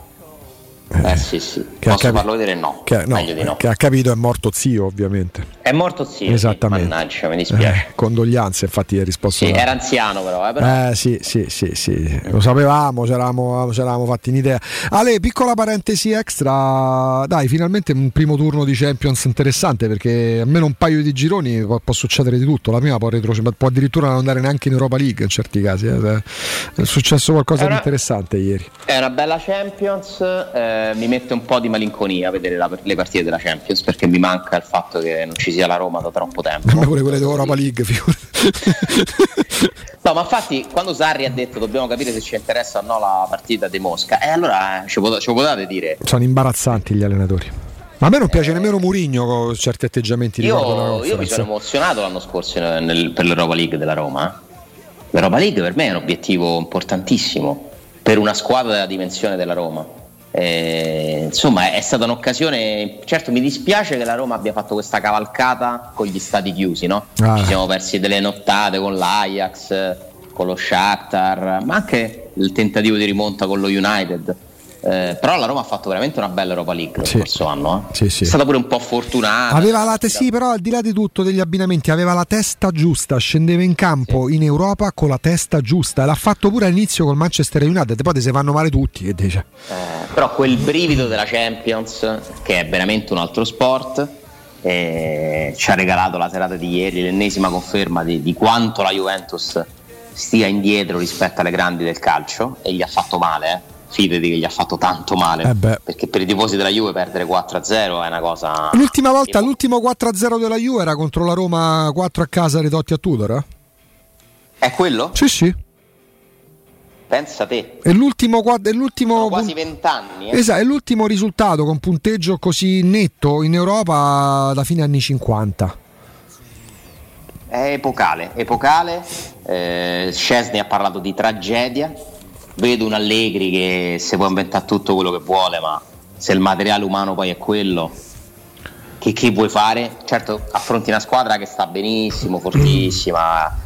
B: Eh sì, sì.
C: Che ha
B: Posso
C: capi-
B: farlo vedere? No.
C: Che, no, eh,
B: Meglio di no.
C: che ha capito è morto zio, ovviamente.
B: È morto zio. sì.
C: Esattamente.
B: Mannaggia, mi dispiace.
C: Eh, condoglianze, infatti, è risposto.
B: Sì,
C: da-
B: era anziano però, eh, però.
C: Eh sì, sì, sì, sì, lo sapevamo, ci eravamo ci eravamo fatti un'idea. Ale, piccola parentesi extra, dai, finalmente un primo turno di Champions interessante perché almeno un paio di gironi può, può succedere di tutto, la prima può, retrocedere, può addirittura non andare neanche in Europa League in certi casi, eh. è successo qualcosa
B: Era-
C: di interessante ieri.
B: È una bella Champions, eh, mi mette un po' di malinconia vedere la- le partite della Champions perché mi manca il fatto che non ci sia la Roma da troppo tempo.
C: A me pure quelle dell'Europa League, figurati.
B: No, ma infatti quando Sarri ha detto dobbiamo capire se ci interessa o no la partita di Mosca, e allora eh, ci, pot- ci potete dire,
C: Sono imbarazzanti gli allenatori. Ma a me non piace nemmeno Murigno con certi atteggiamenti di
B: Eh. Io, io mi sono emozionato l'anno scorso nel- nel- per l'Europa League della Roma. eh. L'Europa League per me è un obiettivo importantissimo per una squadra della dimensione della Roma. Eh, insomma, è stata un'occasione. Certo, mi dispiace che la Roma abbia fatto questa cavalcata con gli stati chiusi, no?
C: Ah.
B: Ci siamo persi delle nottate con l'Ajax, con lo Shakhtar, ma anche il tentativo di rimonta con lo United. Eh, però la Roma ha fatto veramente una bella Europa League lo
C: Sì.
B: scorso anno. eh.
C: Sì, sì.
B: È stata pure un po' fortunata.
C: Aveva la te- sì, però al di là di tutto degli abbinamenti, aveva la testa giusta, scendeva in campo in Europa con la testa giusta. L'ha fatto pure all'inizio col Manchester United, poi te se vanno male tutti. Che dice.
B: Eh, però quel brivido della Champions, che è veramente un altro sport, eh, ci ha regalato la serata di ieri l'ennesima conferma di, di quanto la Juventus stia indietro rispetto alle grandi del calcio e gli ha fatto male, eh. fidati che gli ha fatto tanto male,
C: Eh beh.
B: perché per i tifosi della Juve perdere 4-0 è una cosa...
C: L'ultima volta, l'ultimo 4-0 della Juve era contro la Roma 4 a casa Ridotti a Tudor. eh?
B: È quello?
C: Sì, sì.
B: Pensa te.
C: E l'ultimo, qua- e l'ultimo
B: Sono quasi
C: pun-
B: vent'anni. eh.
C: Esatto, è l'ultimo risultato con punteggio così netto in Europa da fine anni 50.
B: È epocale, epocale. Eh, Scesni ha parlato di tragedia. Vedo un Allegri che se può inventare tutto quello che vuole, ma se il materiale umano poi è quello, che, che vuoi fare? Certo, affronti una squadra che sta benissimo, fortissima.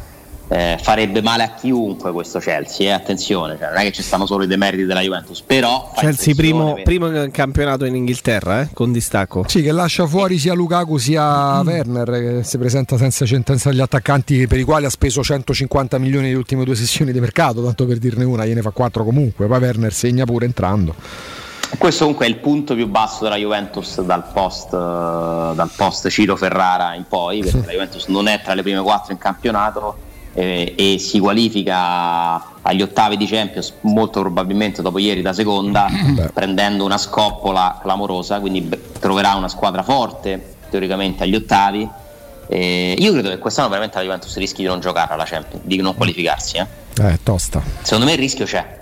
B: eh, farebbe male a chiunque questo Chelsea, eh, attenzione, cioè, non è che ci stanno solo i demeriti della Juventus, però fai
D: Chelsea primo,
B: attenzione,
D: primo in campionato in Inghilterra, eh, con distacco.
C: Sì, che lascia fuori sia Lukaku sia Werner, che si presenta senza senza gli attaccanti per i quali ha speso 150 milioni nelle ultime due sessioni di mercato, tanto per dirne una, gliene fa 4 comunque, poi Werner segna pure entrando.
B: Questo comunque è il punto più basso della Juventus dal post, eh, dal post Ciro Ferrara in poi, perché la Juventus non è tra le prime quattro in campionato eh, e si qualifica agli ottavi di Champions molto probabilmente dopo ieri da seconda, prendendo una scoppola clamorosa, quindi beh, troverà una squadra forte teoricamente agli ottavi. Eh, io credo che quest'anno veramente la Juventus rischi di non giocare alla Champions, di non qualificarsi. eh.
C: Eh, tosta.
B: Secondo me il rischio c'è,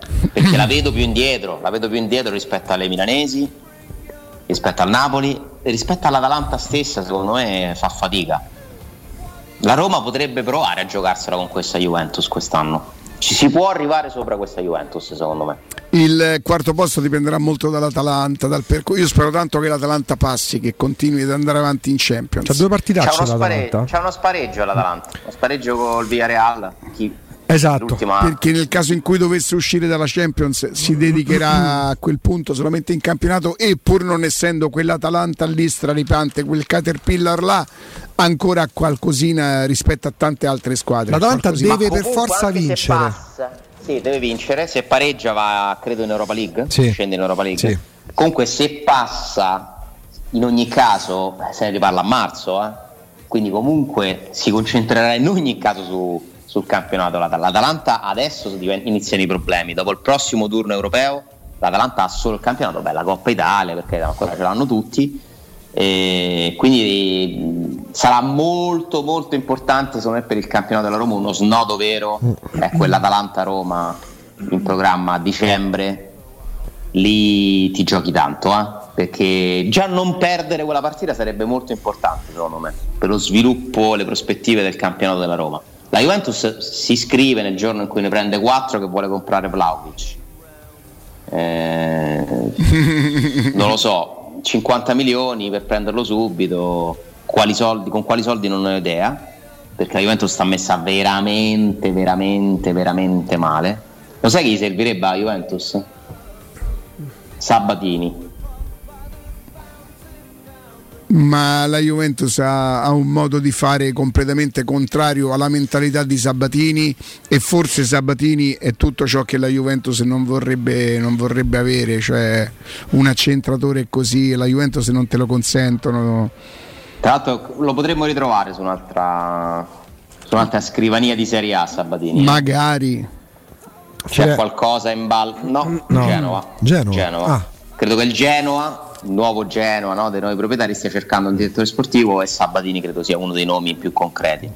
B: perché la vedo più indietro, la vedo più indietro rispetto alle milanesi, rispetto al Napoli e rispetto all'Atalanta stessa, secondo me fa fatica. La Roma potrebbe provare a giocarsela con questa Juventus quest'anno. Ci si può arrivare sopra questa Juventus, secondo me.
A: Il quarto posto dipenderà molto dall'Atalanta, dal percorso. Io spero tanto che l'Atalanta passi, che continui ad andare avanti in Champions.
C: C'ha due
B: C'è
C: partitacce
B: uno, spare-
C: l'Atalanta.
B: c'è uno spareggio all'Atalanta, uno spareggio col Villarreal. Chi-
C: Esatto.
B: l'ultima-
A: Perché nel caso in cui dovesse uscire dalla Champions si dedicherà a quel punto solamente in campionato e pur non essendo quell'Atalanta lì straripante, quel Caterpillar là, ancora qualcosina rispetto a tante altre squadre.
C: L'Atalanta
A: Qualcosina.
C: deve
B: Ma
C: per
B: comunque
C: forza
B: anche se
C: vincere.
B: passa- sì, deve vincere. Se pareggia va, credo, in Europa League.
C: Sì.
B: Scende in Europa League.
C: Sì.
B: Comunque se passa, in ogni caso, eh, se ne riparla a marzo. eh. Quindi comunque si concentrerà in ogni caso su- sul campionato. L'At- L'Atalanta adesso diven- iniziano i problemi. Dopo il prossimo turno europeo l'Atalanta ha solo il campionato. Beh, la Coppa Italia, perché ancora ce l'hanno tutti. E quindi mh, sarà molto molto importante secondo me per il campionato della Roma uno snodo vero è quell'Atalanta-Roma in programma a dicembre lì ti giochi tanto eh, perché già non perdere quella partita sarebbe molto importante secondo me per lo sviluppo le prospettive del campionato della Roma la Juventus si iscrive nel giorno in cui ne prende 4 che vuole comprare Vlaovic Eh, non lo so, 50 milioni per prenderlo subito, quali soldi- con quali soldi non ne ho idea, perché la Juventus sta messa veramente, veramente, veramente male. Lo sai chi servirebbe alla Juventus? Sabatini.
A: Ma la Juventus ha, ha un modo di fare completamente contrario alla mentalità di Sabatini e forse Sabatini è tutto ciò che la Juventus non vorrebbe, non vorrebbe avere, cioè un accentratore così, la Juventus non te lo consentono.
B: Tra l'altro lo potremmo ritrovare su un'altra, su un'altra scrivania di Serie A Sabatini.
A: Magari.
B: C'è
C: Cioè-
B: qualcosa in ballo? No,
C: No.
B: Genova.
C: Genova. Ah.
B: Credo che il Genoa, il nuovo Genoa no, dei nuovi proprietari, stia
C: Mm.
B: cercando un direttore sportivo e Sabatini credo sia uno dei nomi più concreti.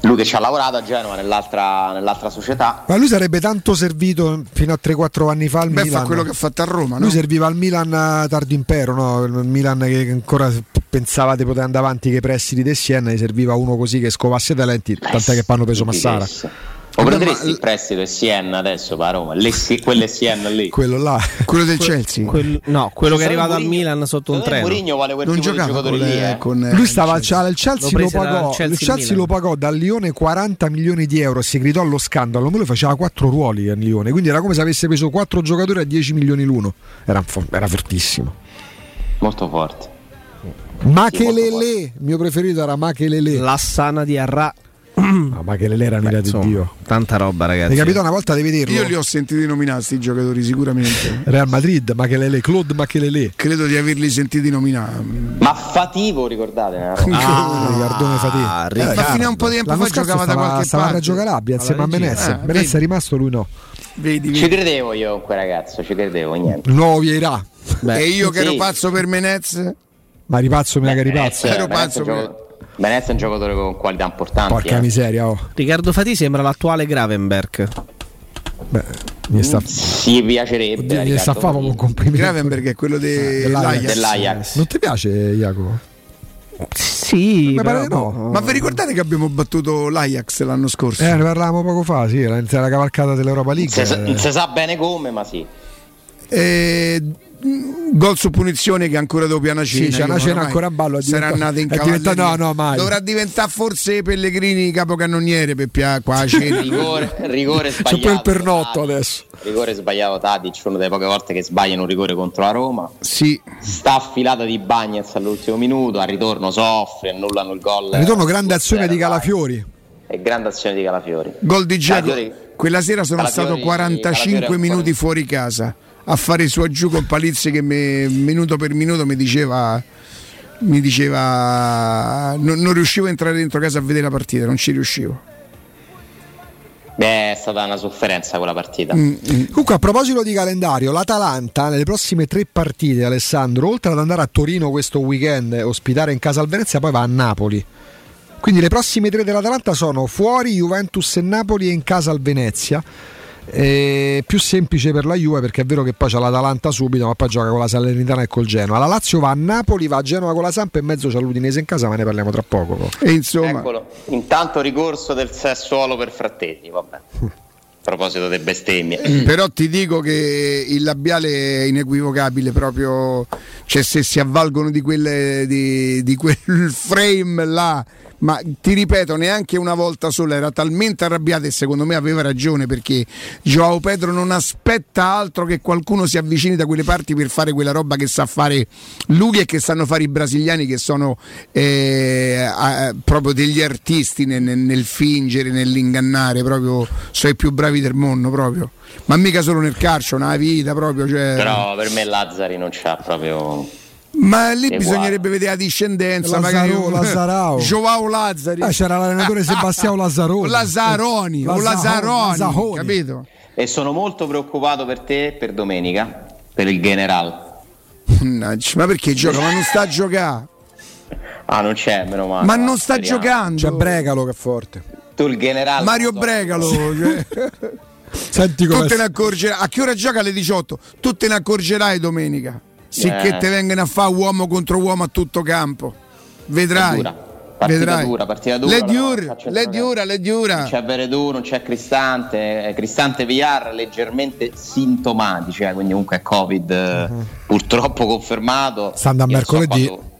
B: Lui che ci ha lavorato a Genova nell'altra, nell'altra società.
C: Ma lui sarebbe tanto servito fino a 3-4 anni fa al
A: Beh,
C: Milan.
A: fa quello che ha fatto a Roma, no?
C: Lui serviva al Milan eh, tardo impero, no? Il Milan che ancora pensava di poter andare avanti che i prestiti di Siena, gli serviva uno così che scovasse talenti, tant'è che poi hanno preso
B: Tutti
C: Massara.
B: questo. O prenderesti in prestito e Siena adesso, pa, a Roma, Le Si- quelle Siena lì.
C: Quello là.
A: Quello del Chelsea.
D: Quel- no, quello che è
B: Secondo
D: arrivato al
B: Mourinho-
D: Milan sotto un
B: secondo me
D: treno.
B: Mourinho vale quel
A: non
B: tipo di
A: giocava
B: giocatore
A: con,
B: lì, eh.
A: le- con, eh,
C: Lui stava
A: il
C: al cioè, il
D: Lo
C: Chelsea, lo,
D: prese dal
C: pagò,
D: Chelsea
C: il
D: al
C: Chelsea
D: Milan.
C: lo pagò dal Lione 40 milioni di euro. Si gridò allo scandalo. Ma lui faceva 4 ruoli a Lione, quindi era come se avesse preso 4 giocatori a 10 milioni l'uno. Era, fo- era fortissimo.
B: Molto forte.
C: Machelele, il mio preferito era Machelele.
D: La sana di Arra.
C: Ma Machelele era un'idea di
D: Insomma,
C: Dio.
D: Tanta roba, ragazzi.
C: Mi capito una volta devi dirlo.
A: Io li ho sentiti nominare sti giocatori sicuramente.
C: Real Madrid, Machelele, Claude Machelele.
A: Credo di averli sentiti nominare.
B: Ma fativo, ricordate? eh, Roma?
C: Ah, Riccardone Fatih.
D: Riccardo.
A: Eh, Ma fino a un po' di tempo
C: L'anno
A: fa
C: scorso
A: giocava da
C: stava,
A: qualche
C: stava a
A: parte.
C: Reggio Calabria insieme a
D: Alla regina.
C: Menezze.
A: Ah,
C: Menezze è rimasto, lui no.
A: Vedi,
B: eh? Ci
A: vedi.
B: credevo io con quel ragazzo, ci credevo, niente.
C: Il nuovo Vieira.
D: Beh,
A: e io che ero
B: sì.
A: pazzo per Menez,
C: Ma ripazzo, mega ripazzo.
A: Ero
B: Venezia è un
A: pazzo,
B: gioco- Venezia è un giocatore con qualità importanti.
C: Porca
B: eh.
C: miseria, oh.
D: Riccardo Fati sembra l'attuale Gravenberg.
C: Beh, mi sta,
B: Mm. Sì, piacerebbe.
C: oddio,
B: eh,
C: gli sta fa
B: Riccardo
C: proprio un
B: Fati.
C: complimento.
A: Gravenberg è quello
C: Eh, dell'Ajax.
A: dell'Ajax.
B: dell'Ajax.
C: Non ti piace, Jacopo?
D: Sì,
C: Mi pare
D: però,
C: di no.
A: Ma vi ricordate che abbiamo battuto l'Ajax l'anno scorso?
C: Eh, ne parlavamo poco fa, sì, era era la cavalcata dell'Europa League.
B: Se- Non
C: eh.
B: si sa bene come, ma sì.
A: Eh, mh, gol su punizione che ancora dopo una cena.
C: Sì, c'è una
A: Io
C: cena
A: ormai
C: ancora a ballo, è
A: Sarà
C: diventato-
A: andata in
C: è diventato-
A: cavalleria.
C: no, no, mai.
A: Dovrà diventare forse Pellegrini capocannoniere per pia- qua a cena.
B: Rigore, rigore
C: C'è
B: sbagliato.
C: pure il pernotto
B: Tadic.
C: adesso.
B: Rigore sbagliato Tadic, una delle poche volte che sbagliano un rigore contro la Roma.
A: sì,
B: Sta affilata di Bagnez all'ultimo minuto, al ritorno soffre, annullano il gol.
C: Ritorno grande azione di Calafiori.
B: E grande azione di Calafiori.
A: gol di Giacomo.
B: Calafiori-
A: Quella sera sono
B: Calafiori-
A: stato 45
B: Calafiori
A: minuti
B: ancora-
A: fuori casa a fare su e giù con Palizzi che me- minuto per minuto mi diceva mi diceva non, non riuscivo a entrare dentro casa a vedere la partita, non ci riuscivo.
B: Beh, è stata una sofferenza quella partita.
A: Mm,
C: Comunque, a proposito di calendario, l'Atalanta nelle prossime tre partite, Alessandro, oltre ad andare a Torino questo weekend, e ospitare in casa al Venezia, poi va a Napoli. Quindi le prossime tre dell'Atalanta sono fuori Juventus e Napoli e in casa al Venezia. Eh, più semplice per la Juve perché è vero che poi c'è l'Atalanta subito, ma poi gioca con la Salernitana e col Genoa. La Lazio va a Napoli, va a Genova con la Sampa e in mezzo c'è l'Udinese in casa, ma ne parliamo tra poco. poi.
A: E insomma,
B: Eccolo, intanto ricorso del Sassuolo per Frattesi, vabbè. A proposito delle bestemmie.
A: Però ti dico che il labiale è inequivocabile proprio, cioè se si avvalgono di, quelle, di, di quel frame là, ma ti ripeto neanche una volta sola, era talmente arrabbiata e secondo me aveva ragione perché Joao Pedro non aspetta altro che qualcuno si avvicini da quelle parti per fare quella roba che sa fare lui e che sanno fare i brasiliani che sono eh, a- proprio degli artisti nel, nel- nel fingere, nell'ingannare, proprio sono i più bravi del mondo proprio. Ma mica solo nel calcio, nella vita proprio. cioè-
B: Però per me Lazzari non c'ha proprio...
A: Ma lì
B: È
A: bisognerebbe vedere la discendenza,
C: Lazzaro-
A: magari
C: Lazzarao.
A: Joao Lazzari.
C: Ah, c'era l'allenatore Sebastiano Lazzaroni.
A: o Lazzaroni, o
C: Lazzaroni,
A: Lazzaroni,
C: Lazzaroni.
A: capito?
B: E sono molto preoccupato per te e per domenica, per il general.
A: Mannaggia, ma perché gioca? Ma non sta a giocare,
B: Ah, non c'è, meno male.
A: ma non sta
B: Speriamo.
A: giocando.
C: C'è Bregalo che è forte.
B: Tu il general...
A: Mario
B: non so.
A: Bregalo, cioè.
C: Senti
A: tu
C: come
A: te ne accorgerai a che ora gioca alle 18 tu te ne accorgerai domenica sicché
B: Eh.
A: te vengano a fare uomo contro uomo a tutto campo vedrai
B: È dura. Partita
A: vedrai
B: dura, partita dura,
A: le
B: la
A: diura
B: Roma,
A: le diura le diura
C: Ah.
B: Non c'è Veredù, non c'è Cristante, eh, Cristante VR leggermente sintomatici, eh, quindi comunque è Covid eh, purtroppo confermato.
C: Stanno a
B: Io non so
C: Mhm. mercoledì.
B: quando-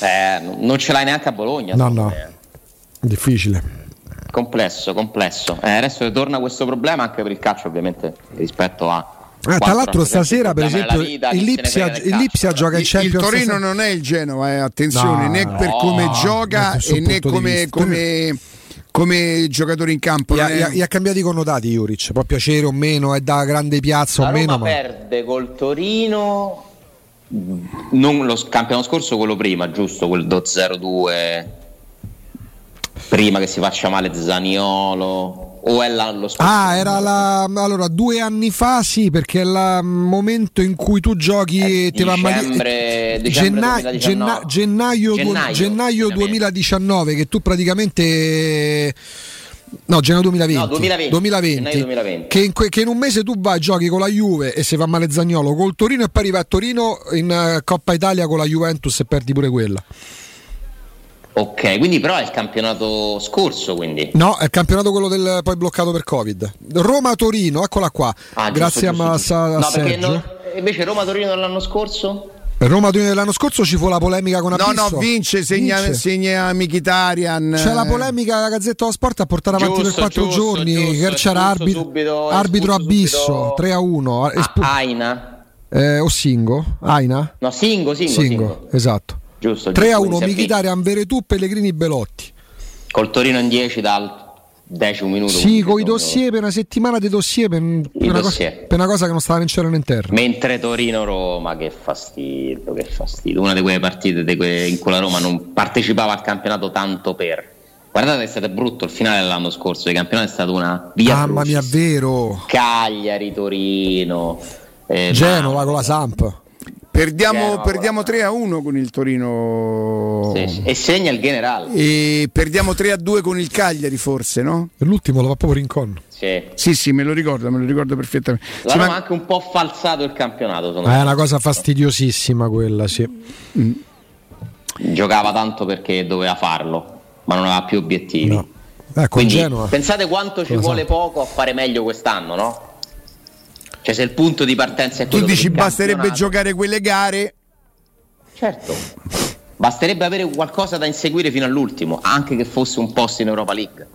B: Eh, n- non ce l'hai neanche a Bologna.
C: No,
B: secondo
C: no.
B: me.
C: Difficile.
B: Complesso, complesso. Eh, adesso torna questo problema anche per il calcio ovviamente rispetto a...
C: Ah,
B: quanto
C: tra l'altro
B: rappresenta
C: stasera per
B: il problema
C: esempio
B: della vita, chi
C: il
B: se ne
C: Lipsia,
B: frega del
C: il
B: calcio,
C: Lipsia
B: però.
C: gioca in
A: il, il
C: Champions
A: Torino
C: stasera.
A: non è il Genova, eh, attenzione,
C: No,
A: né per come
B: no,
A: gioca
C: da
A: e
C: nessun
A: né
C: punto di
A: come,
C: vista.
A: come, come giocatore in campo.
C: Gli ha,
A: non è-
C: gli ha- gli ha cambiato i connotati Juric, può piacere o meno, è da grande piazza
B: La
C: o
B: Roma
C: meno, ma
B: perde col Torino non lo s- campionato scorso quello prima, giusto? Quel do 0-2 prima che si faccia male Zaniolo. o è l'anno scorso?
C: Ah, era la, allora due anni fa, sì, perché è il momento in cui tu giochi
B: Eh,
C: e te va male-
B: dicembre-
C: eh,
B: dicembre
C: genna-
B: 2019.
C: genna- gennaio, du-
B: Gennaio,
C: gennaio 2019, che tu praticamente. No, gennaio 2020.
B: No, 2020.
C: 2020.
B: Gennaio 2020.
C: Che, in que- che in un mese tu vai, giochi con la Juve e se va male Zagnolo, col Torino e poi arriva a Torino in eh, Coppa Italia con la Juventus e perdi pure quella.
B: Ok, quindi però è il campionato scorso, quindi.
C: No, è il campionato quello del poi bloccato per Covid. Roma-Torino, eccola qua.
B: Ah, giusto,
C: Grazie
B: giusto,
C: a,
B: giusto.
C: Massa- a
B: No, perché
C: Sergio.
B: non- invece Roma-Torino dell'anno scorso?
C: Per Roma Torino dell'anno scorso ci fu la polemica con
A: No,
C: Abisso.
A: no, vince, segna, eh.
C: Vince.
A: segna Mkhitaryan.
C: C'è la polemica della Gazzetta dello Sport a portare avanti
B: Giusto,
C: per quattro
B: giusto,
C: giorni.
B: giusto,
C: che c'era
B: espulso
C: arbit-
B: subito,
C: arbitro
B: espulso
C: Abisso
B: subito.
C: 3 a 1.
B: Ah, Aina?
C: o Singo? Aina?
B: No, Singo, Singo, Singo.
C: esatto.
B: Giusto.
C: 3 a
B: giusto,
C: 1.
B: quindi si è
C: Michitarian, Veretù, Pellegrini, Belotti.
B: vinto. Col Torino in 10 dal decimo minuto.
C: Sì,
B: quindi
C: con i
B: sono-
C: dossier per una settimana di dossier per, per una, cosa,
B: dossier.
C: per una cosa che non stava né in cielo né in terra.
B: Mentre Torino-Roma, che fastidio, che fastidio. Una di quelle partite di que- in cui la Roma non partecipava al campionato tanto per. Guardate, è stato brutto il finale dell'anno scorso. Il campionato è stato una via.
C: Mamma mia,
B: Crucis.
C: vero.
B: Cagliari, Torino, eh,
C: Genova con la Samp.
A: Perdiamo,
B: Genova,
A: perdiamo 3 a 1 con il Torino.
B: Sì, sì. E segna il generale.
A: E perdiamo 3 a 2 con il Cagliari, forse, no?
C: L'ultimo lo fa proprio Rincon.
B: Sì.
A: Sì, sì, me lo ricordo, me lo ricordo perfettamente.
B: La
A: Sì,
B: Roma
A: ma-
B: ha anche un po' falsato il campionato. Secondo
C: Ah, è
B: me.
C: una cosa fastidiosissima quella, sì.
B: Giocava tanto perché doveva farlo, ma non aveva più obiettivi.
C: No. Ecco, il
B: Quindi
C: Genoa.
B: pensate quanto ci
C: Cosa?
B: vuole poco a fare meglio quest'anno, no? Cioè, se il punto di partenza è
A: tu
B: quello
A: dici
B: del
A: basterebbe
B: campionato-
A: giocare quelle gare.
B: Certo. Basterebbe avere qualcosa da inseguire fino all'ultimo, anche che fosse un posto in Europa League.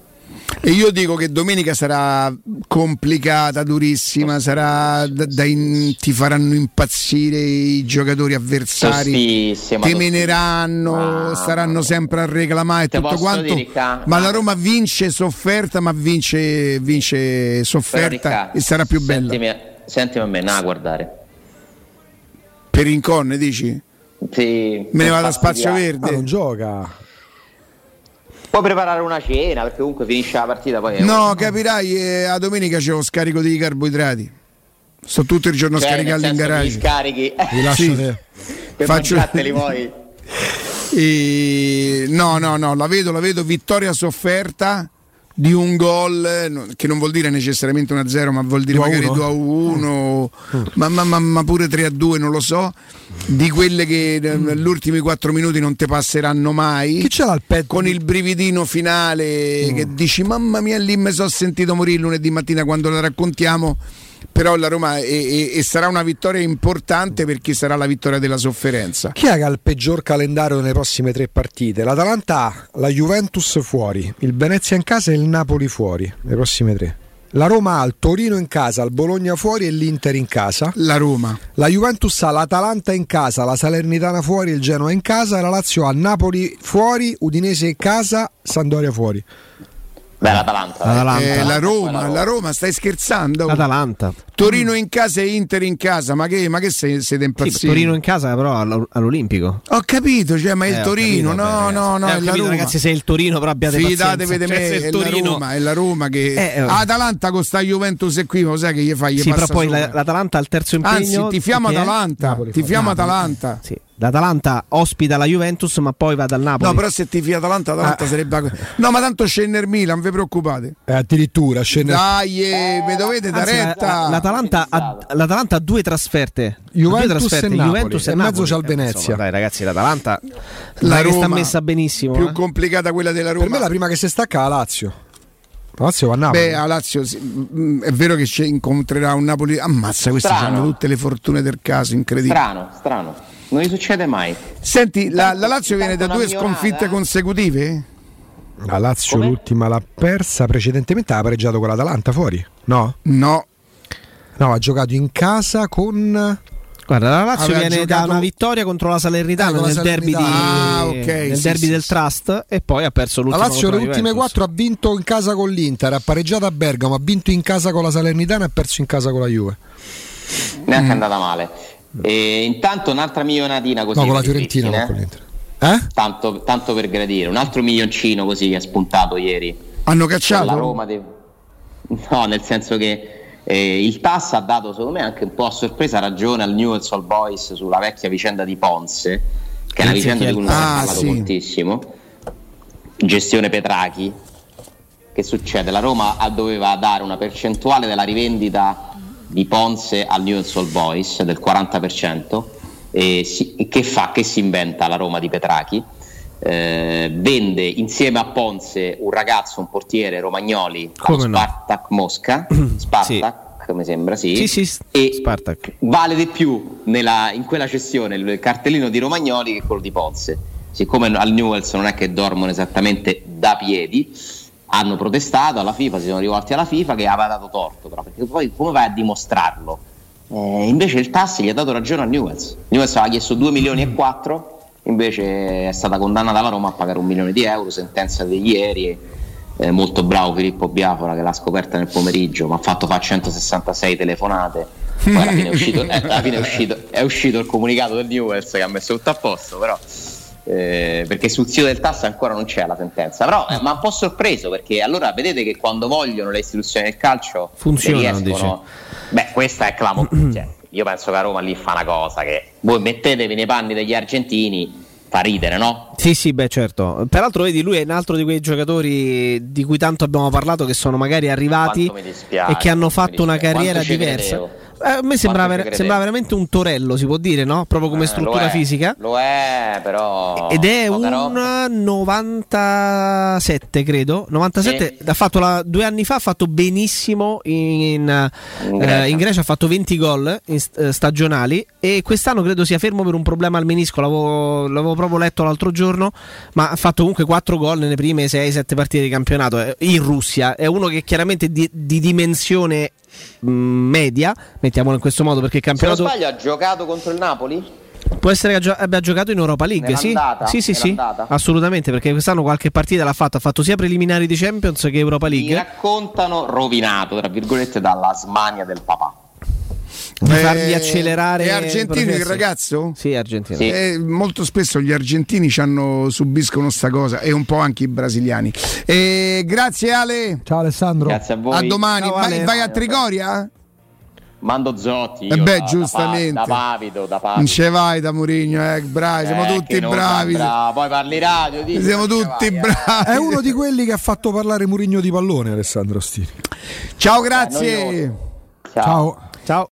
A: E io dico che domenica sarà complicata, durissima, sarà da- da in- ti faranno impazzire i giocatori avversari,
B: Tostissima,
A: temeneranno,
B: tostissima.
A: saranno sempre a reclamare e
B: Te
A: tutto
B: posso
A: quanto.
B: dire, Ricca?
A: ma la Roma vince sofferta, ma vince, vince
B: Però,
A: sofferta
B: Riccardo,
A: e sarà più bella.
B: Sentimi, sentimi a me, no, a guardare.
A: Per Inconne dici?
B: Sì,
A: Me ne vado a
B: infatti,
A: spazio
B: Ricca.
C: Ah, non
A: verde.
C: gioca.
B: Puoi preparare una cena, perché comunque finisce la partita poi... è un-
A: No, capirai, eh, a domenica c'è lo scarico dei carboidrati. Sto tutto il giorno a
B: cioè, nel
A: scaricarli in
B: senso, Li
A: garage.
B: scarichi
C: Vi lascio
A: Sì.
C: te.
B: per
A: Faccio-
B: mangiarteli poi.
A: E- No, no, no, la vedo, la vedo vittoria sofferta di un gol eh, no- che non vuol dire necessariamente 1-0, ma vuol dire
C: Due a
A: magari
C: uno?
A: 2 a 1, ma, ma- ma- ma pure 3 a 2, non lo so. Di quelle che eh,
C: Mm.
A: gli ultimi 4 minuti non ti passeranno mai.
C: Chi ce l'ha il pet?
A: Con il brividino
C: Mm.
A: finale che dici: Mamma mia, lì mi sono sentito morire lunedì mattina quando la raccontiamo. Però la Roma e- e- e sarà una vittoria importante perché sarà la vittoria della sofferenza.
C: Chi è che ha il peggior calendario nelle prossime tre partite? L'Atalanta ha la Juventus fuori, il Venezia in casa e il Napoli fuori, le prossime tre. La Roma ha il Torino in casa, il Bologna fuori e l'Inter in casa.
A: La Roma.
C: La Juventus ha l'Atalanta in casa, la Salernitana fuori, il Genoa in casa, e la Lazio ha Napoli fuori, Udinese in casa, Sandoria fuori.
B: Beh, l'Atalanta. dai.
D: L'Atalanta.
A: Eh, la Roma,
B: Roma.
A: la Roma, stai scherzando?
D: L'Atalanta.
A: Torino in casa e Inter in casa, ma che, ma che se- siete
D: Sì,
A: impazziti?
D: Torino in casa però all- all'Olimpico.
A: Ho capito, cioè, ma è il
D: Eh, ho
A: Torino,
D: capito,
A: no,
D: vabbè,
A: no,
D: ragazzi.
A: no,
D: Eh, ho
A: è la
D: capito,
A: Roma.
D: Ragazzi, se il Torino però abbiate
A: Fidatevi
D: pazienza.
A: di me,
D: Cioè, se il
A: è la
D: Torino-
A: Roma, è la Roma che...
D: Eh, eh.
A: Atalanta con sta Juventus e qui, ma sai che gli fai? Gli
D: Sì, però
A: passa
D: poi
A: sopra.
D: la- l'Atalanta al terzo impegno.
A: Anzi, tifiamo
D: chi è?
A: Atalanta,
C: Napoli,
A: tifiamo
D: Napoli.
A: Atalanta.
D: Sì, L'Atalanta ospita la Juventus, ma poi va dal Napoli.
A: No, però se tifi Atalanta,
D: Ah.
A: Atalanta sarebbe... No, ma tanto scende il Milan, non vi preoccupate.
C: Eh, addirittura scende
A: Dai, eh, mi dovete dare
D: Anzi, la-
A: retta.
D: la- l'Atalanta, ha, l'Atalanta ha due trasferte.
C: Juventus
D: due trasferte,
C: e Napoli.
D: Juventus e
C: E in mezzo
D: Napoli.
C: c'è il
D: Eh,
C: Venezia.
D: insomma, dai ragazzi, l'Atalanta
A: La
D: la che sta
A: Roma,
D: messa benissimo.
A: Più
D: eh.
A: complicata quella della Roma.
C: Per me la prima che si stacca è la Lazio. La Lazio va a
B: Ah,
C: Napoli.
A: Beh, a Lazio sì, mm, è vero che ci incontrerà un Napoli. Ammazza, questi
B: Strano.
A: hanno tutte le fortune del caso, incredibile.
B: Strano, strano. Non gli succede mai.
A: Senti, la, la Lazio viene da
B: Intanto
A: due
B: una migliorata,
A: sconfitte
B: eh.
A: consecutive?
C: La Lazio
B: Come?
C: l'ultima l'ha persa precedentemente, ha pareggiato con l'Atalanta fuori? No?
A: No,
C: No, ha giocato in casa con...
D: Guarda, la Lazio
A: Aveva
D: viene
A: giocato-
D: da una vittoria contro la
C: Eh,
D: Salernitana
C: con la
D: nel derby, di-
A: Salernitana. Ah, ok,
D: nel
A: sì,
D: derby
A: sì,
D: del
A: sì.
D: Trust e poi ha perso
C: La
D: l'ultima.
C: Lazio le
D: contro la
C: ultime
D: Juventus.
C: quattro ha vinto in casa con l'Inter, ha pareggiato a Bergamo, ha vinto in casa con la Salernitana e ha perso in casa con la Juve.
B: Neanche è andata male. E intanto un'altra milionatina così.
C: no, con la
B: per i
C: Fiorentina,
B: Fritti,
C: non
B: eh.
C: con l'Inter. Eh?
B: Tanto, tanto per gradire, un altro milioncino così che è spuntato ieri.
A: hanno
B: La
A: cacciato.
B: Roma dei- No, nel senso che eh, il TAS ha dato, secondo me, anche un po' a sorpresa ragione al Newell's All Boys sulla vecchia vicenda di Ponce, che è una
D: Grazie,
B: vicenda di cui non
A: Ah,
B: abbiamo parlato
A: sì.
B: moltissimo. Gestione Petrachi. Che succede? La Roma ah, doveva dare una percentuale della rivendita di Ponce al Newell's All Boys del 40%. E si- e che fa? Che si inventa la Roma di Petrachi? Eh, vende insieme a Ponce un ragazzo, un portiere Romagnoli
D: Come
B: allo
D: no?
B: Spartak Mosca, Spartak mi sembra, sì,
D: Sì, sì, s-
B: e
D: Spartak.
B: vale di più nella- in quella cessione il cartellino di Romagnoli che quello di Ponce. Siccome al Newells non è che dormono esattamente da piedi, hanno protestato alla FIFA, si sono rivolti alla FIFA che aveva dato torto, però, perché poi come vai a dimostrarlo? Eh, invece il TAS gli ha dato ragione a Newells. Newells aveva chiesto 2 milioni e 4, invece è stata condannata la Roma a pagare un milione di euro, sentenza di ieri. e, eh, molto bravo Filippo Biafora che l'ha scoperta nel pomeriggio, ma ha fatto fa 166 telefonate. Poi alla fine è uscito, eh, alla fine è uscito- è uscito il comunicato del Newells che ha messo tutto a posto, però. eh, perché sul sito del TAS ancora non c'è la sentenza, però eh, ma un po' sorpreso perché allora vedete che quando vogliono le istituzioni del calcio
D: Funzionano,
B: riescono- Beh, questa è clamorosa. io penso che a Roma lì fa una cosa che voi mettetevi nei panni degli argentini, fa ridere, no?
D: Sì, sì, beh, certo. Peraltro, vedi, lui è un altro di quei giocatori di cui tanto abbiamo parlato, che sono magari arrivati
B: Quanto mi dispiace,
D: e che hanno
B: mi
D: fatto una
B: dispiace.
D: carriera
B: Quanto ci
D: diversa.
B: credevo.
D: Eh, a me sembra,
B: Quanto ci
D: ver- sembra
B: credevo.
D: veramente un torello, si può dire, no? Proprio come
B: Eh,
D: struttura
B: lo è,
D: fisica.
B: Lo è, però.
D: Ed è
B: poca roba.
D: un 97, credo. 97, ha fatto la- due anni fa ha fatto benissimo in, eh, in Grecia.
B: Grecia.
D: ha fatto 20 gol in st- eh, stagionali e quest'anno credo sia fermo per un problema al menisco, l'avevo, l'avevo proprio letto l'altro giorno, ma ha fatto comunque 4 gol nelle prime 6-7 partite di campionato eh, in Russia. È uno che chiaramente di, di dimensione mh, media, mettiamolo in questo modo perché il
B: Se non
D: campionato
B: sbaglio, ha giocato contro il Napoli?
D: Può essere che gio- abbia giocato in Europa League, sì.
B: Nell'andata?
D: Sì, sì, sì.
B: Nell'andata?
D: Assolutamente, perché quest'anno qualche partita l'ha fatta, ha fatto sia preliminari di Champions che Europa
B: Mi
D: League.
B: raccontano rovinato, tra virgolette, dalla smania del papà.
D: Di fargli accelerare
A: È argentino il
D: processi.
A: ragazzo?
D: Sì, Argentina.
B: Sì.
A: Eh, molto spesso gli argentini ci hanno- subiscono sta cosa e un po' anche i brasiliani. Eh, grazie Ale,
C: Ciao Alessandro.
B: Grazie a voi.
A: a domani.
D: Ciao,
A: vai,
D: Ale.
A: vai a Trigoria?
B: Mando Zotti.
A: Eh
B: io
A: beh,
B: da-
A: giustamente.
B: Da, pa- da Pavido, da
A: Non
B: Pavido.
A: ce vai da Mourinho, eh, bravi, siamo
B: Ah. Eh,
A: tutti
B: che non
A: bravi.
B: andrà. Poi parli radio. dici,
A: Siamo
B: non ci
A: tutti
B: vai, eh.
A: bravi.
C: È uno di quelli che ha fatto parlare Murigno di pallone, Alessandro Stini.
A: Ciao, grazie.
B: noioso.
C: Ciao.